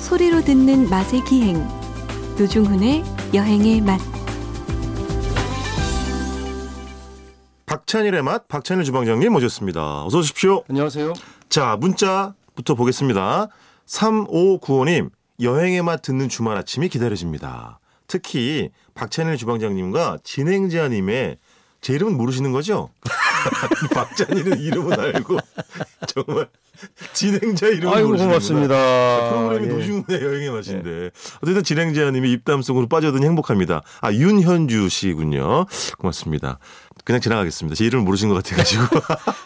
소리로 듣는 맛의 기행 노중훈의 여행의 맛 박찬일의 맛, 박찬일 주방장님 모셨습니다. 어서 오십시오. 안녕하세요. 자, 문자부터 보겠습니다. 3595님, 여행의 맛 듣는 주말 아침이 기다려집니다. 특히 박찬일 주방장님과 진행자님의 제 이름은 모르시는 거죠? 박찬일은 이름은 알고 정말 진행자 이름은 아이고 예. 모르시는구나. 고맙습니다. 프로그램이 노중훈의 여행의 맛인데. 어쨌든 진행자님이 입담속으로 빠져드니 행복합니다. 아, 윤현주 씨군요. 고맙습니다. 그냥 지나가겠습니다. 제 이름을 모르신 것 같아가지고.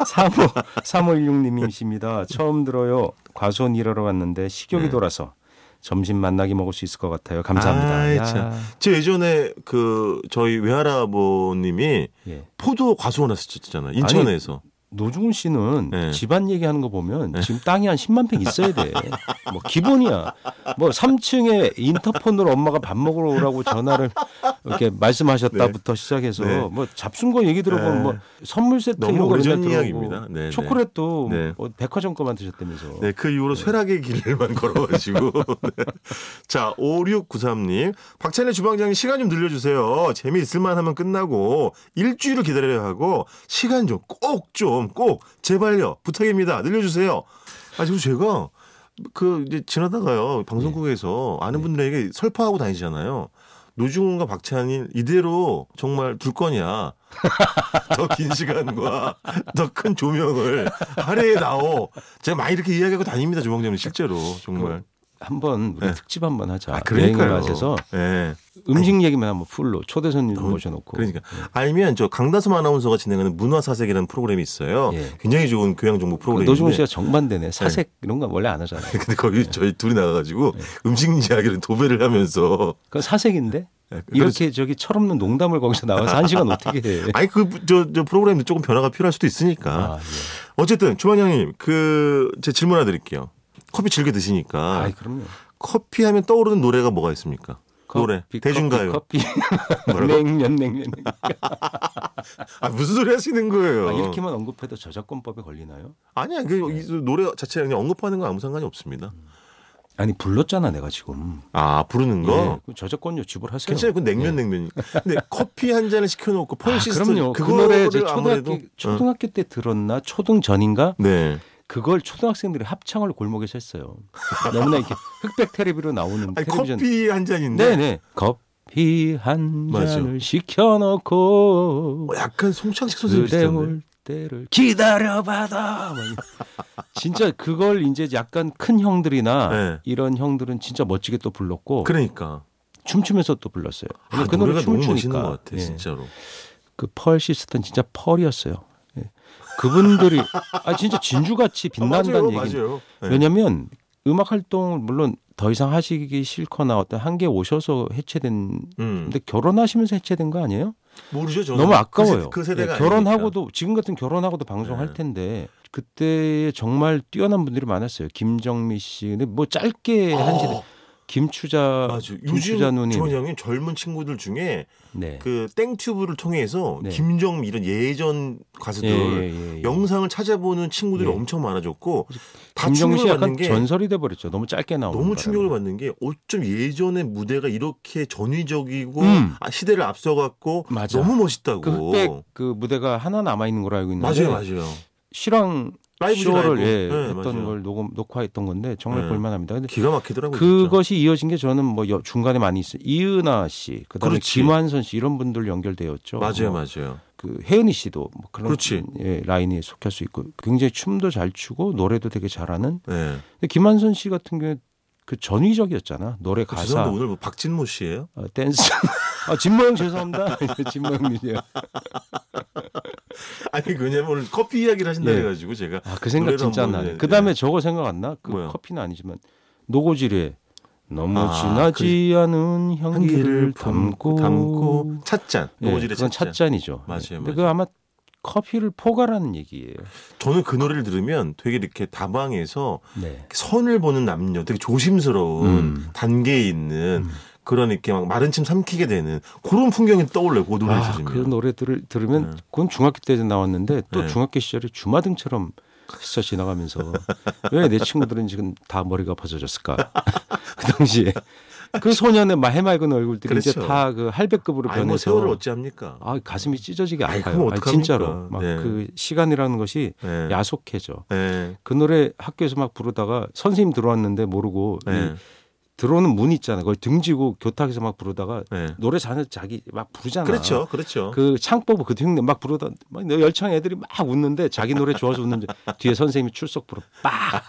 35 3516님이십니다. 처음 들어요. 과수원 일하러 왔는데 식욕이 네. 돌아서 점심 만나게 먹을 수 있을 것 같아요. 감사합니다. 아이, 야. 참. 제 예전에 그 저희 외할아버님이 예. 포도 과수원 하셨잖아요. 인천에서. 노중훈 씨는 네. 집안 얘기하는 거 보면 지금 땅이 한 10만 평 있어야 돼. 뭐 기본이야. 뭐 3층에 인터폰으로 엄마가 밥 먹으러 오라고 전화를 이렇게 말씀하셨다부터 시작해서 네. 뭐 잡순 거 얘기 들어보면 네. 뭐 선물 세트 너무 이런 거 오래전 맨날 들어오고 이야기입니다. 네, 네. 초콜릿도 네. 뭐 백화점 거만 드셨다면서. 네, 그 이후로 쇠락의 길만 걸어가지고. 네. 자, 5693님. 박찬일 주방장님 시간 좀 늘려주세요. 재미있을만 하면 끝나고 일주일을 기다려야 하고 시간 좀 꼭 좀 꼭 제발요. 부탁입니다. 늘려주세요. 아, 지금 제가 그 이제 지나다가요. 방송국에서 아는 분들에게 설파하고 다니잖아요. 노중훈과 박찬일 이대로 정말 둘 거냐. 더 긴 시간과 더 큰 조명을 아래에 나오. 제가 많이 이렇게 이야기하고 다닙니다. 주방장님 실제로 정말. 아, 한번 우리 특집 한번 하자. 아, 여행을 네. 그러니까요. 하셔서 예. 음식 얘기만 한번 풀로 초대 손님 모셔놓고. 그러니까 아니면 저 강다솜 아나운서가 진행하는 문화사색이라는 프로그램이 있어요. 예. 굉장히 좋은 교양 정보 프로그램인데. 노중훈 씨가 예. 정반대네. 사색 이런 거 원래 안 하잖아요. 근데 거기 저희 둘이 나가가지고 예. 음식 이야기를 도배를 하면서 그건 사색인데 예, 이렇게 저기 철없는 농담을 거기서 나와서 한 시간 어떻게 해? 아니 그 저 저 프로그램도 조금 변화가 필요할 수도 있으니까. 예. 아, 예. 어쨌든 주방장님 그 제 질문 하나 드릴게요. 커피 즐겨 드시니까 아이, 그럼요. 커피 하면 떠오르는 노래가 뭐가 있습니까? 그 노래 커피, 대중가요. 커피, 커피. 뭐라고? 냉면 냉면. 아 무슨 소리 하시는 거예요? 아, 이렇게만 언급해도 저작권법에 걸리나요? 아니야 그 이 노래 자체 그냥 언급하는 건 아무 상관이 없습니다. 아니 불렀잖아 내가 지금. 아 부르는 예, 거 그 저작권료 지불하세요. 괜찮아요. 그 냉면 냉면이. 근데 커피 한 잔을 어. 시켜놓고 폰 아, 시스터 그럼요. 그 노래 제 초등학교 초등학교 때 들었나 초등 전인가 네. 그걸 초등학생들이 합창을 골목에서 했어요. 너무나 이렇게 흑백 텔레비로 나오는 아니, 텔레비전. 커피 한 잔인데 네네. 커피 한 맞아. 잔을 시켜놓고 어, 약간 송창식 선생님 그대 비슷한데. 올 때를 기다려봐라. 막 이- 진짜 그걸 이제 약간 큰 형들이나 네. 이런 형들은 진짜 멋지게 또 불렀고 그러니까 춤추면서 또 불렀어요. 아, 그 노래 노래가 춤을 너무 멋있는 추니까. 것 같아 예. 진짜로. 그펄 시스턴 진짜 펄이었어요. 예. 그분들이 아 진짜 진주같이 빛난다는 맞아요, 얘기. 맞아요. 네. 왜냐면 음악 활동을 물론 더 이상 하시기 싫거나 어떤 한계 오셔서 해체된 음. 근데 결혼하시면서 해체된 거 아니에요? 모르죠. 저는. 너무 그 아까워요. 세- 그 세대가 예, 아니니까. 결혼하고도 지금 같은 결혼하고도 방송할 네. 텐데 그때 정말 뛰어난 분들이 많았어요. 김정미 씨, 근데 뭐 짧게 한 시대 어, 김추자, 맞아. 요즘 김추자 누님, 주원장님 젊은 친구들 중에 네, 그 땡튜브를 통해서 네. 김정미 이런 예전 가수들 예. 영상을 찾아보는 친구들이 예. 엄청 많아졌고 다 김정미 씨 충격을 약간 받는 게 전설이 돼 버렸죠. 너무 짧게 나오는 너무 바람에. 충격을 받는 게 어쩜 예전의 무대가 이렇게 전위적이고 음. 아, 시대를 앞서갔고 맞아. 너무 멋있다고 그 흑백 그 무대가 하나 남아 있는 걸로 알고 있는데 맞아요, 맞아요. 실황 라이브 쇼를 라이브. 예, 네, 했던 맞아요. 걸 녹음 녹화했던 건데 정말 네. 볼만합니다. 근데 기가 막히더라고요. 진짜. 그것이 이어진 게 저는 뭐 여- 중간에 많이 있어요. 이은하 씨, 그다음에 그렇지. 김환선 씨 이런 분들 연결되었죠. 맞아요, 뭐 맞아요. 그 혜은이 씨도 뭐 그런 그렇지. 예, 라인에 속할 수 있고 굉장히 춤도 잘 추고 노래도 되게 잘하는. 네. 근데 김환선 씨 같은 경우 그 전위적이었잖아. 노래 그 죄송한데 가사, 오늘 뭐 박진모 씨예요? 어, 댄스. 아, 진모 형 죄송합니다. 진모 형님이요. 아니 왜냐면 오늘 커피 이야기를 하신다 예. 해가지고 제가 아, 그 생각 노래를 진짜 한번, 나네. 예, 그 다음에 예. 저거 생각 안 나? 그 뭐야? 커피는 아니지만 노고지리에 너무 아, 진하지 않은 향기를 향기를 담고 담고 담고 찻잔 예, 노고질의 그건 찻잔. 찻잔이죠. 맞아요, 예. 근데 맞아요. 그 아마 커피를 포괄하는 얘기예요. 저는 그 노래를 들으면 되게 이렇게 다방에서 네. 선을 보는 남녀 되게 조심스러운 음. 단계에 있는 그런 이렇게 막 마른 침 삼키게 되는 그런 풍경이 떠올려요. 그 노래에서 아, 지금. 그 노래들을 들으면 네. 그건 중학교 때 나왔는데 또 네. 중학교 시절에 주마등처럼 스쳐 지나가면서 왜 내 친구들은 지금 다 머리가 벗어졌을까? 그 당시에 그 소년의 막 해맑은 얼굴들이 이제 그렇죠. 다 그 할배급으로 아니 변해서 뭐 세월을 어찌합니까? 아 가슴이 찢어지게 아이, 아파요. 그럼 아니, 어떡합니까? 진짜로 막 네. 그 시간이라는 것이 예. 야속해져. 예. 그 노래 학교에서 막 부르다가 선생님 들어왔는데 모르고 이 예. 들어오는 문 있잖아. 그걸 등지고 교탁에서 막 부르다가 예. 노래 잘해 자기 막 부르잖아. 그렇죠, 그렇죠. 그 창법 그 흉내 막 부르다 막 열창 애들이 막 웃는데 자기 노래 좋아서 웃는데 뒤에 선생님이 출석 부르 빡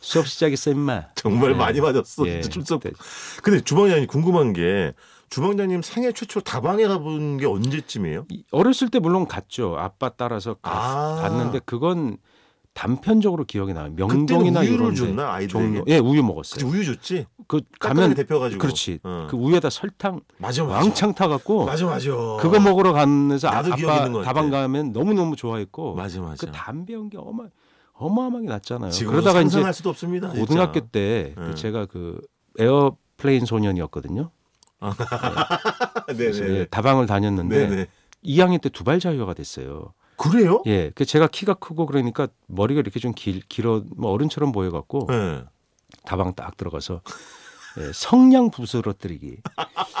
수업 시작했어 임마 정말 예. 많이 맞았어. 예. 진짜 출석. 그때 근데 주방장님 궁금한 게 주방장님 생애 최초 다방에 가본 게 언제쯤이에요? 이- 어렸을 때 물론 갔죠 아빠 따라서 갔, 아. 는데 그건 단편적으로 기억이 나요 그때는 명동이나 우유를 이런 줬나 아이들에게? 종로 예 우유 그치, 먹었어요 우유 줬지. 그 가면 가면 대표가지고. 그렇지 어. 그 우유에다 설탕 맞아 맞아. 왕창 타갖고 맞아 맞아. 그거 먹으러 가면서 아, 나도 기억이 있는 아빠 것 같아. 다방 가면 너무 너무 좋아했고 맞아 맞아. 그 담배 연기 어마 어마어마하게 났잖아요 지금 그러다가 이제 상상할 수도 없습니다. 진짜. 고등학교 때그 네. 제가 그 에어플레인 소년이었거든요. 그래서 예, 네네. 다방을 다녔는데 네네. 2학년 때 두발 자유화가 됐어요. 그래요? 예, 그 제가 키가 크고 그러니까 머리가 이렇게 좀 길, 길어 뭐 어른처럼 보여갖고 예. 다방 딱 들어가서 예, 성냥 부스러뜨리기,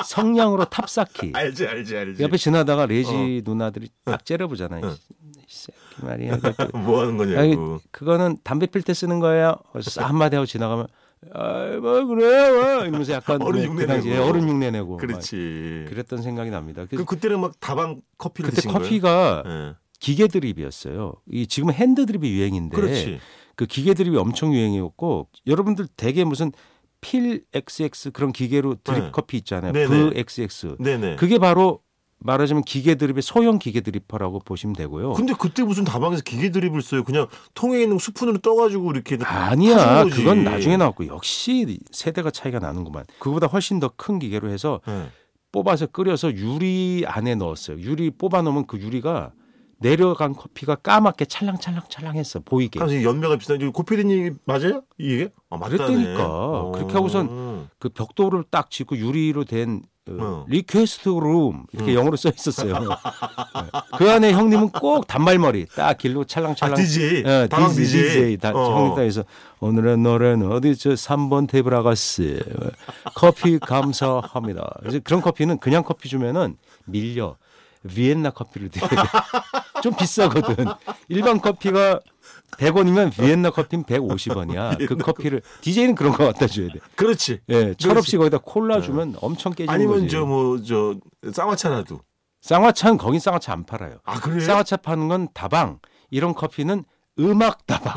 성냥으로 탑 쌓기. 알지 알지 알지. 옆에 지나다가 레지 누나들이 딱 째려보잖아요. 어. 이 새끼 말이야. 그러니까 그래갖고 뭐 하는 거냐고. 아니, 그거는 담배 필 때 쓰는 거예요. 그래서 싹 한마디 하고 지나가면 아뭐 그래요 뭐 이러면서 약간 어른 뭐 흉내 그 당시에 내고. 어른 흉내 내고 그렇지. 막 그랬던 생각이 납니다. 그, 그 그때는 막 다방 커피를 그때 드신 커피가 거예요? 예. 기계 드립이었어요. 이 지금 핸드 드립이 유행인데 그렇지. 그 기계 드립이 엄청 유행이었고 여러분들 대개 무슨 필 XX 그런 기계로 드립 네. 커피 있잖아요. 네네. 브 XX 네네. 그게 바로 말하자면 기계 드립의 소형 기계 드립퍼라고 보시면 되고요. 근데 그때 무슨 다방에서 기계 드립을 써요. 그냥 통에 있는 스푼으로 떠가지고 이렇게 아니야. 하는 거지. 그건 나중에 나왔고 역시 세대가 차이가 나는구만. 그보다 훨씬 더 큰 기계로 해서 예. 뽑아서 끓여서 유리 안에 넣었어요. 유리 뽑아 넣으면 그 유리가 내려간 커피가 까맣게 찰랑찰랑찰랑했어 보이게. 아, 연배가 비슷한 지 고피디님 맞아요? 이게? 아, 맞다네. 어. 그랬다니까. 그렇게 하고선 그 벽돌을 딱 짓고 유리로 된 어, 어. 리퀘스트 룸 이렇게 음. 영어로 써 있었어요. 네. 그 안에 형님은 꼭 단발머리 딱 길로 아, 찰랑찰랑. DJ. 예, 다방 디지- DJ. DJ 다 어. 형님 따에서 오늘의 노래는 어디 저 3번 테이블아가스 커피 감사합니다. 이제 그런 커피는 그냥 커피 주면은 밀려 비엔나 커피를 드려야 돼. 좀 비싸거든. 일반 커피가 100원이면 비엔나 커피는 150원이야. 그 커피를 DJ는 그런 거 갖다 줘야 돼. 그렇지. 예, 철없이 거기다 콜라 주면 엄청 깨지는 네. 아니면 거지. 저 뭐 저 쌍화차라도. 쌍화차는 거긴 쌍화차 안 팔아요. 아 그래요? 쌍화차 파는 건 다방. 이런 커피는 음악 다방.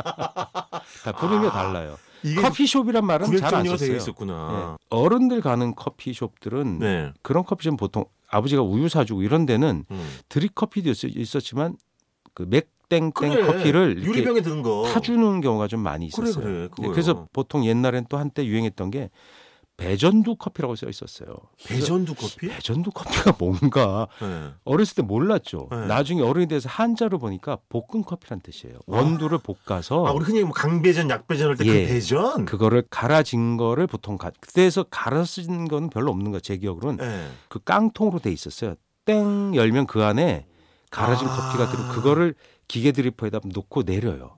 다 부르는 게 아, 달라요. 이게 커피숍이란 말은 구역 잘안 정리가 되어 썼어요. 있었구나. 예. 어른들 가는 커피숍들은 네. 그런 커피숍 보통 아버지가 우유 사주고 이런 데는 음. 드립 커피도 있- 있었지만 그 맥땡땡 그래. 커피를 이렇게 유리병에 든 거. 타주는 경우가 좀 많이 그래, 있었어요. 그래, 그거요. 래서 보통 옛날엔 또 한때 유행했던 게 배전두 커피라고 써 있었어요. 그래서 배전두 커피? 배전두 커피가 뭔가 네. 어렸을 때 몰랐죠. 네. 나중에 어른이 돼서 한자로 보니까 볶은 커피란 뜻이에요. 원두를 볶아서 아 우리 흔히 뭐 강배전, 약배전 할 때 그 어. 예. 배전. 그거를 갈아진 거를 보통 가, 그때에서 갈아 쓴 거는 별로 없는 거예요. 제 기억으로는 예. 그 깡통으로 돼 있었어요. 땡 열면 그 안에 갈아진 아. 커피가 들어 그거를 기계 드리퍼에다 놓고 내려요.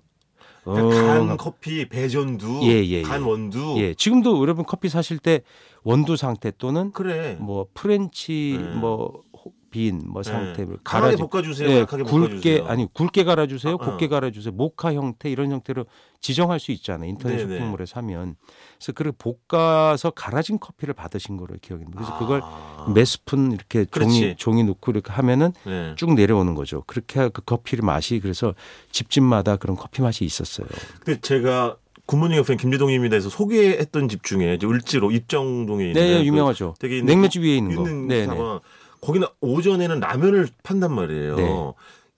그러니까 어, 간 커피, 배전두, 예, 예, 예. 간 원두. 예, 지금도 여러분 커피 사실 때 원두 상태 또는 그래. 뭐 프렌치 네. 그 뭐빈뭐 상태 를 예. 강하게 갈아지 볶아주세요. 예, 약하게 굵게 볶아주세요. 아니 굵게 갈아주세요, 어, 어. 곱게 갈아주세요, 모카 형태 이런 형태로 지정할 수 있잖아요. 인터넷 네네. 쇼핑몰에 사면 그래서 그걸 볶아서 갈아진 커피를 받으신 거로 기억입니다. 그래서 그걸 아. 몇 스푼 이렇게 그렇지. 종이 종이 넣고 이렇게 하면은 네. 쭉 내려오는 거죠. 그렇게 그 커피를 맛이 그래서 집집마다 그런 커피 맛이 있었어요. 근데 제가 굿모닝 FM 김재동입니다 해서 소개했던 집 중에 이제 을지로 입정동에 있는 네, 그 유명하죠. 되게 있는 냉면집 위에 있는 거. 있는 네, 네. 다방 거기는 오전에는 라면을 판단 말이에요. 네.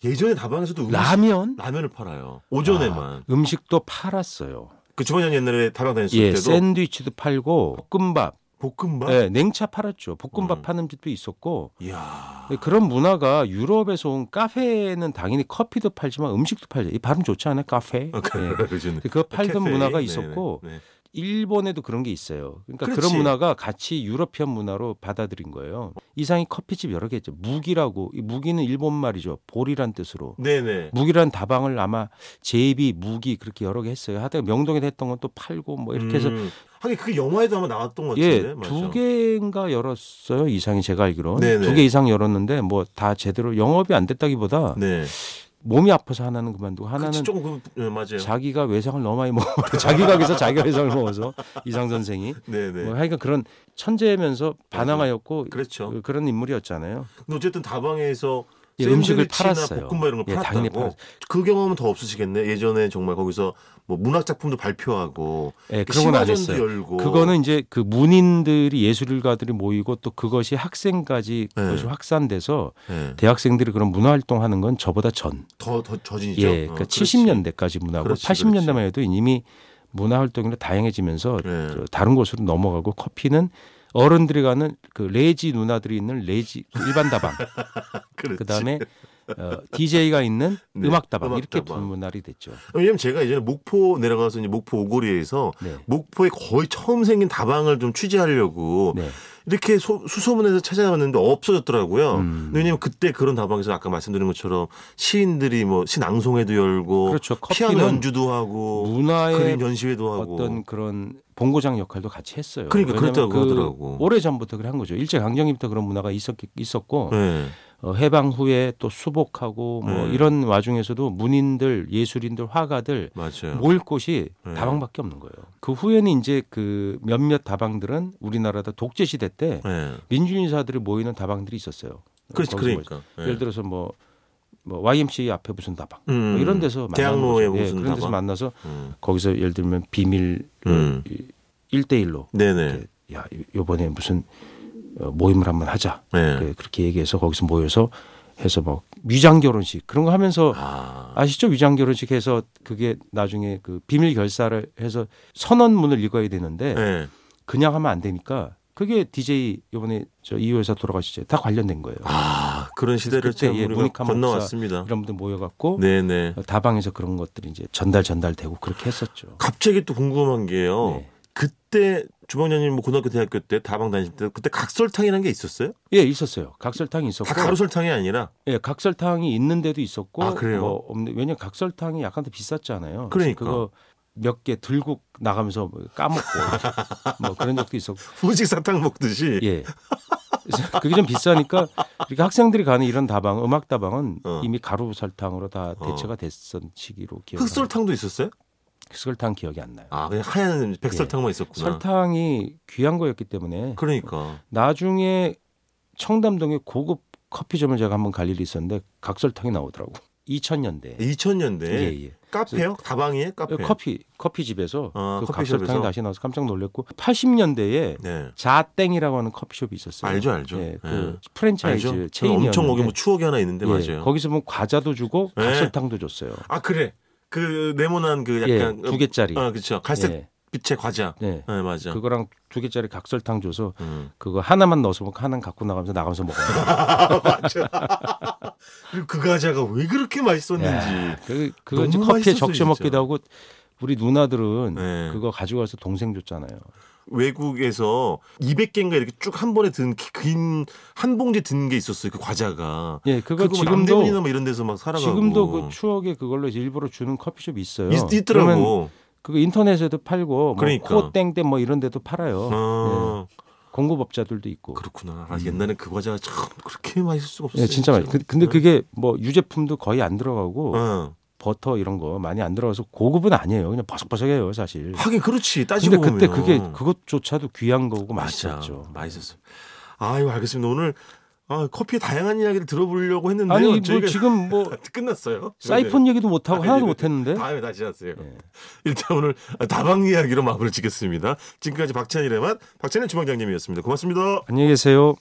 예전에 다방에서도 음식, 라면 라면을 팔아요. 오전에만. 아, 음식도 팔았어요. 그 주방장 옛날에 다방 다녔을 예, 때도 샌드위치도 팔고 볶음밥, 볶음밥. 예, 냉차 팔았죠. 볶음밥 어? 음. 파는 집도 있었고 이야. 근데 그런 문화가 유럽에서 온 카페는 당연히 커피도 팔지만 음식도 팔죠. 이 발음 좋지 않아요? 카페. 아, 예. 그래, 그죠. 근데 그거 팔던 캐페인. 문화가 어, 네네. 있었고 네. 일본에도 그런 게 있어요. 그러니까 그렇지. 그런 문화가 같이 유러피안 문화로 받아들인 거예요. 이상이 커피집 여러 개 있죠. 무기라고 이 무기는 일본 말이죠. 볼이란 뜻으로. 네네. 무기란 다방을 아마 제비 무기 그렇게 여러 개 했어요. 하다가 명동에 했던 건 또 팔고 뭐 이렇게 해서 음. 하긴 그게 영화에도 아마 나왔던 것 같은데. 예, 두 맞죠? 개인가 열었어요. 이상이 제가 알기로. 뭐 네네. 두 개 이상 열었는데 뭐 다 제대로 영업이 안 됐다기보다 네. 몸이 아파서 하나는 그만두고 하나는 그치, 조금 그, 네, 맞아요. 자기가 외상을 너무 많이 먹어 자기 가게에서 자기가 외상을 먹어서 이상 선생이 네네. 네. 뭐 하여간 그런 천재면서 반항하였고 그렇죠. 그- 그런 인물이었잖아요. 근데 어쨌든 다방에서 예, 음식을 샌드위치나 팔았어요. 볶음밥 이런 걸 예, 당연히 팔았다고. 팔았- 그 경험은 더 없으시겠네. 예전에 정말 거기서 뭐 문학 작품도 발표하고 예, 그 그런 건 안 심화전도 했어요. 열고 그거는 이제 그 문인들이 예술가들이 모이고 또 그것이 학생까지 네. 그것이 확산돼서 예, 대학생들이 그런 문화 활동하는 건 저보다 전. 더, 더 저진이죠. 예, 그러니까 어, 그렇지. 70년대까지 문화고 그렇지, 80년대만 해도 이미 문화 활동이 다양해지면서 네. 저 다른 곳으로 넘어가고 커피는 어른들이 가는 그 레지 누나들이 있는 레지 그 일반 다방 그렇지. 그다음에 어, DJ가 있는 네, 음악 다방 음악 이렇게 다방. 분문화이 됐죠. 왜냐면 제가 예전에 목포 내려가서 이제 목포 오거리에서 네. 목포에 거의 처음 생긴 다방을 좀 취재하려고 네. 이렇게 소- 수소문해서 찾아봤는데 없어졌더라고요. 음. 근데 왜냐면 그때 그런 다방에서 아까 말씀드린 것처럼 시인들이 뭐 신앙송회도 열고 그렇죠. 피아노 커피는 연주도 하고 문화의 어, 그림 전시회도 하고 어떤 그런 본고장 역할도 같이 했어요. 그러니까 왜냐면 그랬다고 그 하더라고. 오래 전부터 그한 거죠. 일제 강점기부터 그런 문화가 있었, 있었고 네. 어, 해방 후에 또 수복하고 뭐 네. 이런 와중에서도 문인들, 예술인들, 화가들 맞아요. 모일 곳이 네. 다방밖에 없는 거예요. 그 후에는 이제 그 몇몇 다방들은 우리나라다 독재 시대 때 네. 민주인사들이 모이는 다방들이 있었어요. 그렇지 거기서 그러니까. 뭐 네. 예를 들어서 뭐, 뭐 YMCA 앞에 무슨 다방 음. 뭐 이런 데서 만나는 대학로에 거죠. 예, 무슨 그런 데서 그 다방? 만나서 음. 거기서 예를 들면 비밀 음. 일대일로 네네. 야 요- 요번에 무슨 어, 모임을 한번 하자 네. 그- 그렇게 얘기해서 거기서 모여서 해서 막 위장 결혼식 그런 거 하면서 아. 아시죠 위장 결혼식 해서 그게 나중에 그 비밀 결사를 해서 선언문을 읽어야 되는데 네. 그냥 하면 안 되니까 그게 DJ 요번에 저 이호에서 돌아가시죠 다 관련된 거예요 아 그런 시대를 그때, 참 예, 우리가 모니카 건너왔습니다. 이런 분들 모여갖고 네네. 어, 다방에서 그런 것들이 이제 전달 전달되고 그렇게 했었죠 갑자기 또 궁금한 게요. 네. 그때 주방장님 뭐 고등학교 대학교 때 다방 다니실 때 그때 각설탕이라는 게 있었어요? 예 있었어요 각설탕이 있었고 다 가루설탕이 아니라 예, 각설탕이 있는 데도 있었고 아, 그래요? 뭐 없는 왜냐 면 각설탕이 약간 더 비쌌잖아요. 그러니까. 거 몇 개 들고 나가면서 뭐 까먹고 이렇게 뭐 그런 적도 있었고 후식 사탕 먹듯이. 예. 그래서 그게 좀 비싸니까 이렇게 학생들이 가는 이런 다방 음악 다방은 어. 이미 가루 설탕으로 다 어. 대체가 됐던 시기로 기억. 흑설탕도 있었어요? 흑설탕 기억이 안 나요. 아 그냥 하얀 백설탕만 있었구나. 예. 설탕이 귀한 거였기 때문에 그러니까. 나중에 청담동에 고급 커피점을 제가 한번 갈 일이 있었는데 각설탕이 나오더라고. 2000년대. 2000년대 예, 예. 카페요? 다방이에요? 카페. 커피 커피 집에서 아, 그 커피숍에서? 각설탕이 다시 나와서 깜짝 놀랐고 80년대에 네. 자땡이라고 하는 커피숍이 있었어요. 알죠, 알죠. 예, 그 예. 프랜차이즈 알죠? 저 체인이었는데 엄청 거기 뭐 추억이 하나 있는데 예, 맞아요. 거기서 뭐 과자도 주고 예. 각설탕도 줬어요. 아 그래. 그 네모난 그 예, 약간 두 개짜리. 아 그렇죠. 갈색 예, 빛의 과자. 예. 네, 맞아. 그거랑 두 개짜리 각설탕 줘서 음. 그거 하나만 넣어서 먹고 하나는 갖고 나가면서 나가면서 먹어요. 그리고 그 과자가 왜 그렇게 맛있었는지. 그 그거 이제 너무 커피에 맛있었어요, 적셔 먹기도 진짜. 하고 우리 누나들은 네. 그거 가지고 와서 동생 줬잖아요. 외국에서 200개인가 이렇게 쭉 한 번에 든 긴 한 봉지 든 게 있었어요. 그 과자가. 예, 그거 그거 지금도 지금도 남대문이나 뭐 이런 데서 막 살아가고. 지금도 그 추억에 그걸로 이제 일부러 주는 커피숍이 있어요. 있, 그러면 있더라고. 그거 인터넷에도 팔고 그러니까. 뭐 코땡땡 뭐 이런 데도 팔아요. 아, 어, 공급업자들도 있고. 그렇구나. 아, 옛날에 그 과자가 참 그렇게 맛있을 수가 없었어요. 음. 예, 진짜 맛있. 그- 근데 네. 그게 뭐 유제품도 거의 안 들어가고 어. 버터 이런 거 많이 안 들어가서 고급은 아니에요. 그냥 버석버석해요, 사실. 하긴 그렇지. 예. 근데 따지고 보면. 그때 그게 그것조차도 귀한 거고 맛있었죠. 맛있었어요. 아유, 알겠습니다. 오늘 아, 커피의 다양한 이야기를 들어보려고 했는데 아니 뭐 저희가 지금 뭐 끝났어요. 사이폰 얘기도 못 하고 아니, 하나도 네, 못 했는데. 다음에 다시 하세요. 예. 일단 오늘 아, 다방 이야기로 마무리 짓겠습니다. 지금까지 박찬일의 맛 박찬일 주방장님이었습니다. 고맙습니다. 안녕히 계세요.